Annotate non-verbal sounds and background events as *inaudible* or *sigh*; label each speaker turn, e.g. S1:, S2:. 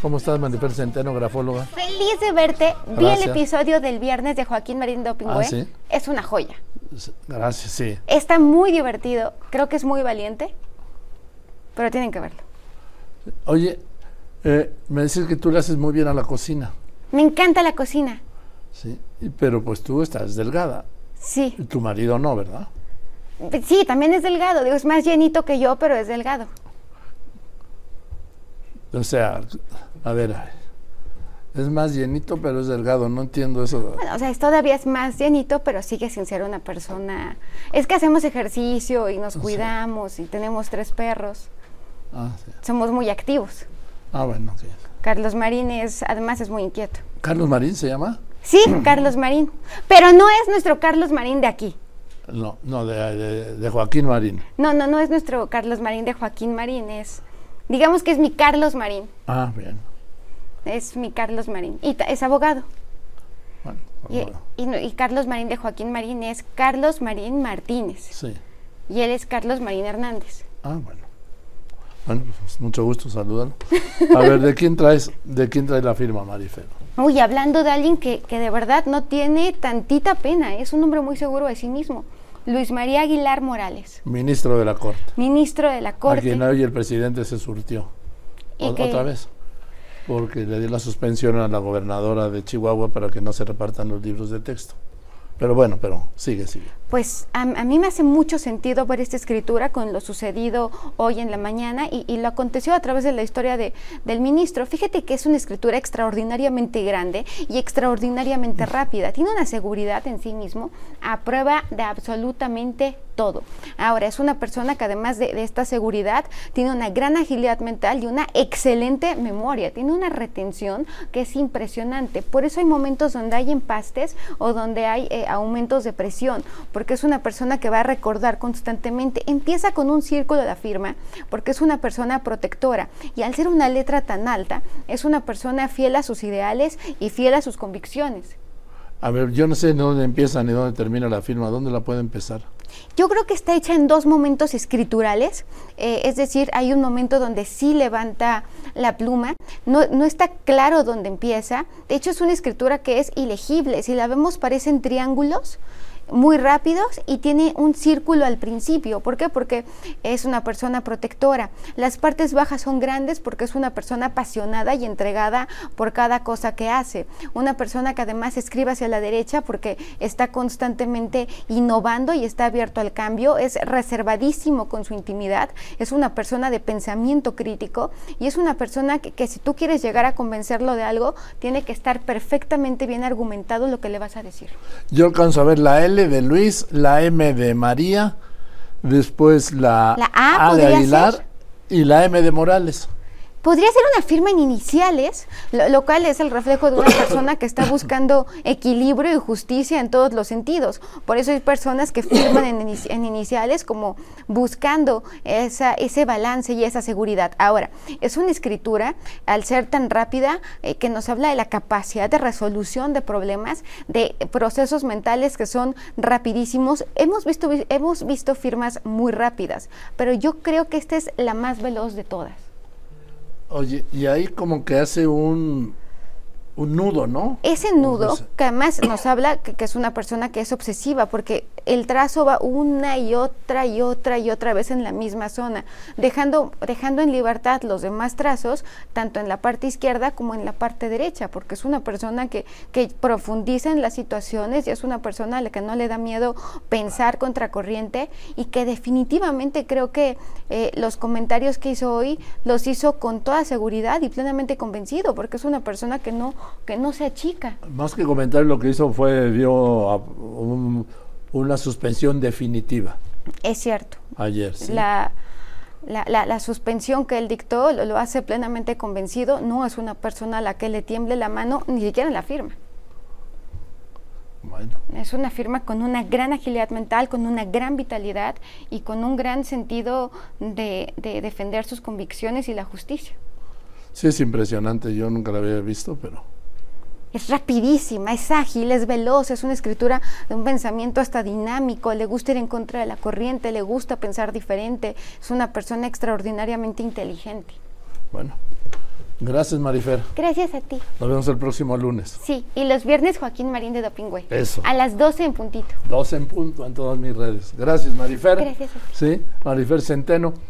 S1: ¿Cómo estás, Marifer Centeno, grafóloga?
S2: Feliz de verte. Vi
S1: Gracias.
S2: el episodio del viernes de Joaquín Marín Dopingüe.
S1: Ah, ¿sí?
S2: Es una joya.
S1: Gracias, sí.
S2: Está muy divertido. Creo que es muy valiente. Pero tienen que verlo.
S1: Oye, eh, me decís que tú le haces muy bien a la cocina,
S2: Me encanta la cocina.
S1: ¿sí? Y- Pero pues tú estás delgada.
S2: Sí.
S1: Y tu marido no, ¿verdad?
S2: Sí, también es delgado. Digo, es más llenito que yo, pero es delgado.
S1: O sea, a ver, a ver. es más llenito, pero es delgado. No entiendo eso.
S2: Bueno, o sea, es, todavía es más llenito, pero sigue sin ser una persona. Es que hacemos ejercicio y nos
S1: Ah, Sí.
S2: cuidamos y tenemos tres perros.
S1: Ah, sí.
S2: Somos muy activos.
S1: Ah, bueno, sí.
S2: Carlos Marín es, además es muy inquieto.
S1: ¿Carlos Marín se llama?
S2: Sí, *clears throat* Carlos Marín. Pero no es nuestro Carlos Marín de aquí.
S1: No, no, de, de- de Joaquín Marín.
S2: No, no, no es nuestro Carlos Marín de Joaquín Marín. Es, digamos que es mi Carlos Marín.
S1: Ah, bien.
S2: Es mi Carlos Marín. Y ta- es abogado.
S1: Bueno,
S2: Y,
S1: bueno,
S2: y no- y Carlos Marín de Joaquín Marín es Carlos Marín Martínez.
S1: sí.
S2: Y él es Carlos Marín Hernández.
S1: Ah, bueno. Bueno, pues mucho gusto saludarlo. A ver, ¿de quién traes, de quién traes la firma, Marifer?
S2: Uy, hablando de alguien que, que de verdad no tiene tantita pena, es un hombre muy seguro de sí mismo. Luis María Aguilar Morales,
S1: Ministro de la Corte.
S2: ministro de la
S1: A
S2: Corte.
S1: quien hoy el presidente se surtió.
S2: y
S1: O-
S2: que-
S1: Otra vez. Porque le dio la suspensión a la gobernadora de Chihuahua para que no se repartan los libros de texto. Pero bueno, pero sigue, sigue.
S2: Pues a, a mí me hace mucho sentido ver esta escritura con lo sucedido hoy en la mañana y, y lo aconteció a través de la historia de- del ministro. Fíjate que es una escritura extraordinariamente grande y extraordinariamente rápida. Tiene una seguridad en sí mismo a prueba de absolutamente todo. Ahora, es una persona que además de, de esta seguridad tiene una gran agilidad mental y una excelente memoria. Tiene una retención que es impresionante. Por eso hay momentos donde hay empastes o donde hay eh, aumentos de presión, porque es una persona que va a recordar constantemente. Empieza con un círculo de afirma, porque es una persona protectora y al ser una letra tan alta, es una persona fiel a sus ideales y fiel a sus convicciones.
S1: A ver, yo no sé ni dónde empieza ni dónde termina la firma. ¿Dónde la puede empezar?
S2: Yo creo que está hecha en dos momentos escriturales, eh, es decir, hay un momento donde sí levanta la pluma, no, no está claro dónde empieza, de hecho es una escritura que es ilegible, si la vemos parecen triángulos muy rápidos y tiene un círculo al principio, ¿por qué? Porque es una persona protectora, las partes bajas son grandes porque es una persona apasionada y entregada por cada cosa que hace, una persona que además escribe hacia la derecha porque está constantemente innovando y está abierto al cambio, es reservadísimo con su intimidad, es una persona de pensamiento crítico y es una persona que, que si tú quieres llegar a convencerlo de algo, tiene que estar perfectamente bien argumentado lo que le vas a decir.
S1: Yo alcanzo a ver la L de Luis, la M de María, después la,
S2: La A
S1: de
S2: podría
S1: Aguilar
S2: ser.
S1: y la M de Morales.
S2: Podría ser una firma en iniciales, lo, lo cual es el reflejo de una persona que está buscando equilibrio y justicia en todos los sentidos. Por eso hay personas que firman en, inici- en iniciales como buscando esa, ese balance y esa seguridad. Ahora, es una escritura, al ser tan rápida, eh, que nos habla de la capacidad de resolución de problemas, de procesos mentales que son rapidísimos. Hemos visto, hemos visto firmas muy rápidas, pero yo creo que esta es la más veloz de todas.
S1: Oye, y ahí como que hace un, un nudo, ¿no?
S2: Ese nudo,
S1: Entonces-
S2: que además nos habla que, que es una persona que es obsesiva, porque el trazo va una y otra y otra y otra vez en la misma zona, dejando, dejando en libertad los demás trazos, tanto en la parte izquierda como en la parte derecha, porque es una persona que, que profundiza en las situaciones y es una persona a la que no le da miedo pensar contracorriente y que definitivamente creo que eh, los comentarios que hizo hoy los hizo con toda seguridad y plenamente convencido, porque es una persona que no, que no se achica.
S1: Más que comentar, lo que hizo fue, dio a- un- una suspensión definitiva
S2: Es cierto.
S1: ayer. ¿sí?
S2: La, la, la- la suspensión que él dictó lo, lo hace plenamente convencido. No es una persona a la que le tiemble la mano, ni siquiera la firma.
S1: Bueno,
S2: Es una firma con una gran agilidad mental, con una gran vitalidad y con un gran sentido de, de defender sus convicciones y la justicia.
S1: sí es impresionante, yo nunca la había visto, pero...
S2: Es rapidísima, es ágil, es veloz, es una escritura de un pensamiento hasta dinámico, le gusta ir en contra de la corriente, le gusta pensar diferente, es una persona extraordinariamente inteligente.
S1: Bueno, Gracias, Marifer.
S2: Gracias a ti.
S1: Nos vemos el próximo lunes.
S2: Sí, y los viernes Joaquín Marín de Dopingüe.
S1: Eso.
S2: A las 12 en puntito.
S1: 12 en punto en todas mis redes. Gracias, Marifer.
S2: Gracias a ti.
S1: Sí, Marifer Centeno.